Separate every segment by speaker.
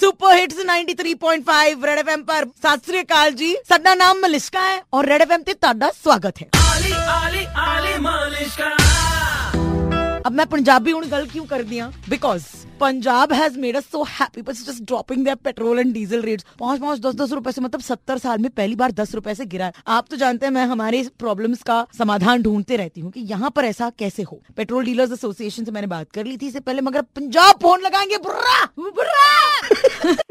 Speaker 1: Super hits 93.5 red FM पर ਸਤਿ ਸ੍ਰੀ ਅਕਾਲ ਜੀ ਸਾਡਾ ਨਾਮ ਮਲਿਸ਼ਕਾ ਹੈ ਔਰ ਰੈਡ ਐਫਐਮ ਤੇ ਤੁਹਾਡਾ ਸਵਾਗਤ ਹੈ
Speaker 2: आली आली आली मालिश का
Speaker 1: अब मैं पंजाबी हूं गल क्यों कर दिया because Punjab has made us so happy बस just dropping their petrol and diesel rates पांच पांच दस दस रुपए से मतलब सत्तर साल में पहली बार दस रुपए से गिरा है आप तो जानते हैं मैं हमारे प्रॉब्लम्स का समाधान ढूंढते रहती हूँ कि यहाँ पर ऐसा कैसे हो पेट्रोल डीलर्स एसोसिएशन से मैंने बात कर ली थी इससे पहले मगर पंजाब फोन लगाएंगे बुर्रा बुर्रा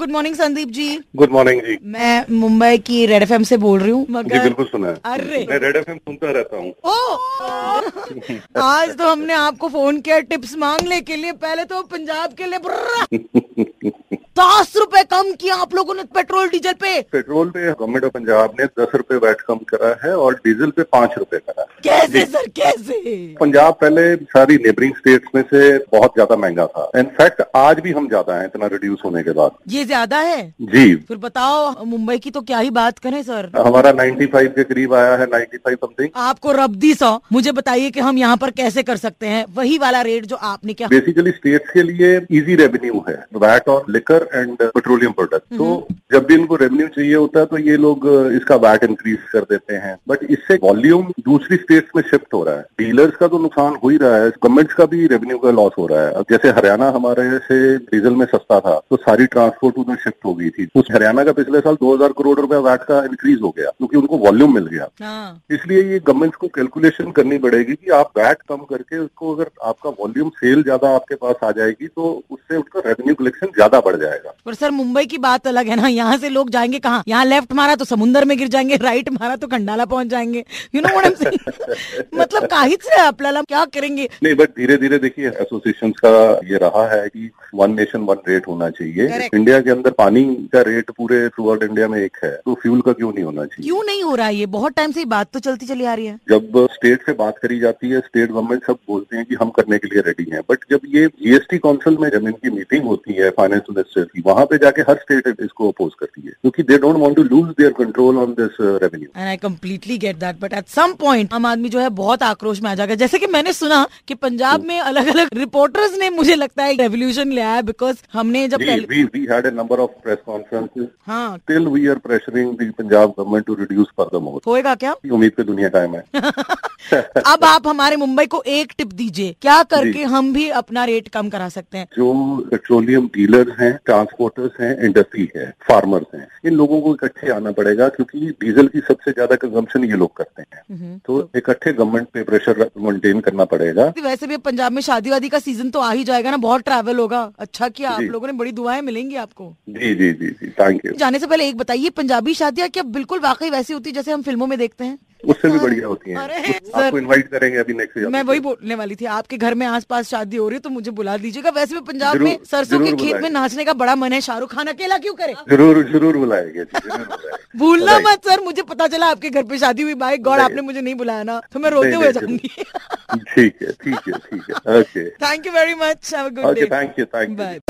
Speaker 1: good morning Sandeep ji
Speaker 3: good morning जी
Speaker 1: मैं मुंबई की रेड एफएम से बोल रही हूँ
Speaker 3: जी
Speaker 1: मगर
Speaker 3: बिल्कुल सुना है
Speaker 1: अरे।
Speaker 3: मैं रेड एफ सुनता रहता हूँ
Speaker 1: ओ आज तो हमने आपको फोन किया टिप्स मांगने के लिए पहले तो पंजाब के लिए दस रुपए कम किया आप लोगों ने पेट्रोल डीजल पे
Speaker 3: पेट्रोल पे गवर्नमेंट ऑफ पंजाब ने दस रुपए वैट कम करा है और डीजल पे पाँच रुपए करा है
Speaker 1: कैसे सर कैसे
Speaker 3: पंजाब पहले सारी नेबरिंग स्टेट्स में से बहुत ज्यादा महंगा था इनफैक्ट आज भी हम ज्यादा हैं इतना रिड्यूस होने के बाद
Speaker 1: ये ज्यादा है
Speaker 3: जी
Speaker 1: फिर बताओ मुंबई की तो क्या ही बात करें सर
Speaker 3: हमारा 95 के करीब आया है 95 समथिंग
Speaker 1: आपको रबदी सौ मुझे बताइए कि हम यहाँ पर कैसे कर सकते हैं वही वाला रेट जो आपने क्या
Speaker 3: बेसिकली स्टेट्स के लिए इजी रेवेन्यू है वैट और लिकर एंड पेट्रोलियम प्रोडक्ट तो जब भी इनको रेवेन्यू चाहिए होता है तो ये लोग अ, इसका वैट इंक्रीज कर देते हैं बट इससे वॉल्यूम दूसरी स्टेट्स में शिफ्ट हो रहा है डीलर्स का तो नुकसान हो ही रहा है गवर्नमेंट्स का भी रेवेन्यू का लॉस हो रहा है अब जैसे हरियाणा हमारे से डीजल में सस्ता था तो सारी ट्रांसपोर्ट उधर शिफ्ट हो गई थी उस हरियाणा का पिछले साल 2000 करोड़ रुपया वैट का इंक्रीज हो गया क्योंकि उनको वॉल्यूम मिल गया
Speaker 1: हाँ
Speaker 3: इसलिए ये गवर्नमेंट्स को कैलकुलेशन करनी पड़ेगी कि आप वैट कम करके उसको अगर आपका वॉल्यूम सेल ज्यादा आपके पास आ जाएगी तो उससे उसका रेवेन्यू कलेक्शन ज्यादा बढ़ जाएगा
Speaker 1: पर सर मुंबई की बात अलग है ना यहाँ से लोग जाएंगे कहाँ यहाँ लेफ्ट मारा तो समुंदर में गिर जाएंगे राइट मारा तो खंडाला पहुंच जाएंगे यू नो व्हाट मतलब काहीच नाही आपल्याला क्या करेंगे
Speaker 3: नहीं बट धीरे धीरे देखिए एसोसिएशन का ये रहा है कि वन नेशन वन रेट होना चाहिए
Speaker 1: Correct.
Speaker 3: इंडिया के अंदर पानी का रेट पूरे थ्रू आउट इंडिया में एक है तो फ्यूल का क्यों नहीं होना चाहिए
Speaker 1: क्यों नहीं हो रहा है ये बहुत टाइम से ये बात तो चलती चली आ रही है
Speaker 3: जब स्टेट से बात करी जाती है स्टेट गवर्नमेंट सब बोलते हैं कि हम करने के लिए रेडी हैं बट जब ये जीएसटी काउंसिल में जब इनकी मीटिंग होती है फाइनेंस मिनिस्टर की वहां पे जाके हर स्टेट इसको अपोज करती है क्योंकि they don't want to lose their control on this revenue
Speaker 1: and I completely get that but at some point आम आदमी जो है बहुत आक्रोश में आ जाएगा जैसे कि मैंने सुना कि पंजाब में अलग अलग रिपोर्टर्स ने मुझे लगता है रेवोल्यूशन लिया है बिकॉज हमने जब पहले
Speaker 3: we we had a number of press conferences
Speaker 1: हाँ
Speaker 3: till we are pressuring the Punjab government to reduce for the more
Speaker 1: होएगा क्या
Speaker 3: उम्मीद पे दुनिया कायम है
Speaker 1: अब आप हमारे मुंबई को एक टिप दीजिए क्या करके हम भी अपना रेट कम करा सकते हैं
Speaker 3: जो पेट्रोलियम डीलर्स हैं ट्रांसपोर्टर्स हैं इंडस्ट्री है फार्मर्स हैं इन लोगों को इकट्ठे आना पड़ेगा क्योंकि डीजल की सबसे ज्यादा कंजम्पशन ये लोग करते
Speaker 1: हम्म।
Speaker 3: हैं तो इकट्ठे गवर्नमेंट पे प्रेशर मेंटेन करना पड़ेगा
Speaker 1: वैसे भी पंजाब में शादी वादी का सीजन तो आ ही जाएगा ना बहुत ट्रैवल होगा अच्छा किया आप
Speaker 3: जी।
Speaker 1: लोगों ने बड़ी दुआएं मिलेंगी आपको
Speaker 3: जी जी जी जी थैंक यू
Speaker 1: जाने से पहले एक बताइए पंजाबी शादियां क्या बिल्कुल वाकई वैसी होती है जैसे हम फिल्मों में देखते हैं
Speaker 3: उससे भी बढ़िया होती है
Speaker 1: अरे,
Speaker 3: आपको इनवाइट करेंगे अभी नेक्स्ट
Speaker 1: मैं वही बोलने वाली थी आपके घर में आसपास शादी हो रही है तो मुझे बुला दीजिएगा वैसे भी पंजाब
Speaker 3: जरूर-
Speaker 1: में सरसों के
Speaker 3: जरूर
Speaker 1: खेत में
Speaker 3: बुलाएंगे।
Speaker 1: नाचने का बड़ा मन है शाहरुख खान अकेला क्यों करे
Speaker 3: जरूर जरूर बुलाएंगे जी, जरूर बुलाएंगे
Speaker 1: भूलना
Speaker 3: Alright.
Speaker 1: मत सर मुझे पता चला आपके घर पे शादी हुई बाय गॉड
Speaker 3: नहीं।
Speaker 1: आपने मुझे नहीं बुलाया ना तो मैं रोते
Speaker 3: नहीं,
Speaker 1: हुए
Speaker 3: नहीं,
Speaker 1: जाऊंगी
Speaker 3: ठीक है ठीक है ठीक है okay
Speaker 1: thank you very much have a good
Speaker 3: okay
Speaker 1: day
Speaker 3: thank you thank you
Speaker 1: bye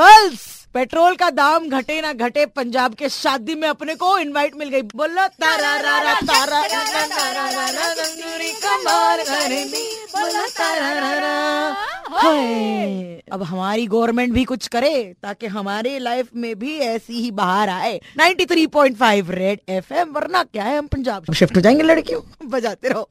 Speaker 1: girls petrol का दाम घटे ना घटे पंजाब के शादी में अपने को इनवाइट मिल गई बोलो तारा रारा तारा रारा तारा रारा तंदूरी कमाल करेंगी बोलो तारा रारा हाय अब हमारी गवर्नमेंट भी कुछ करे ताकि हमारे लाइफ में भी ऐसी ही बाहर आए 93.5 रेड एफएम वरना क्या है हम पंजाब शिफ्ट हो जाएंगे लड़कियों बजाते रहो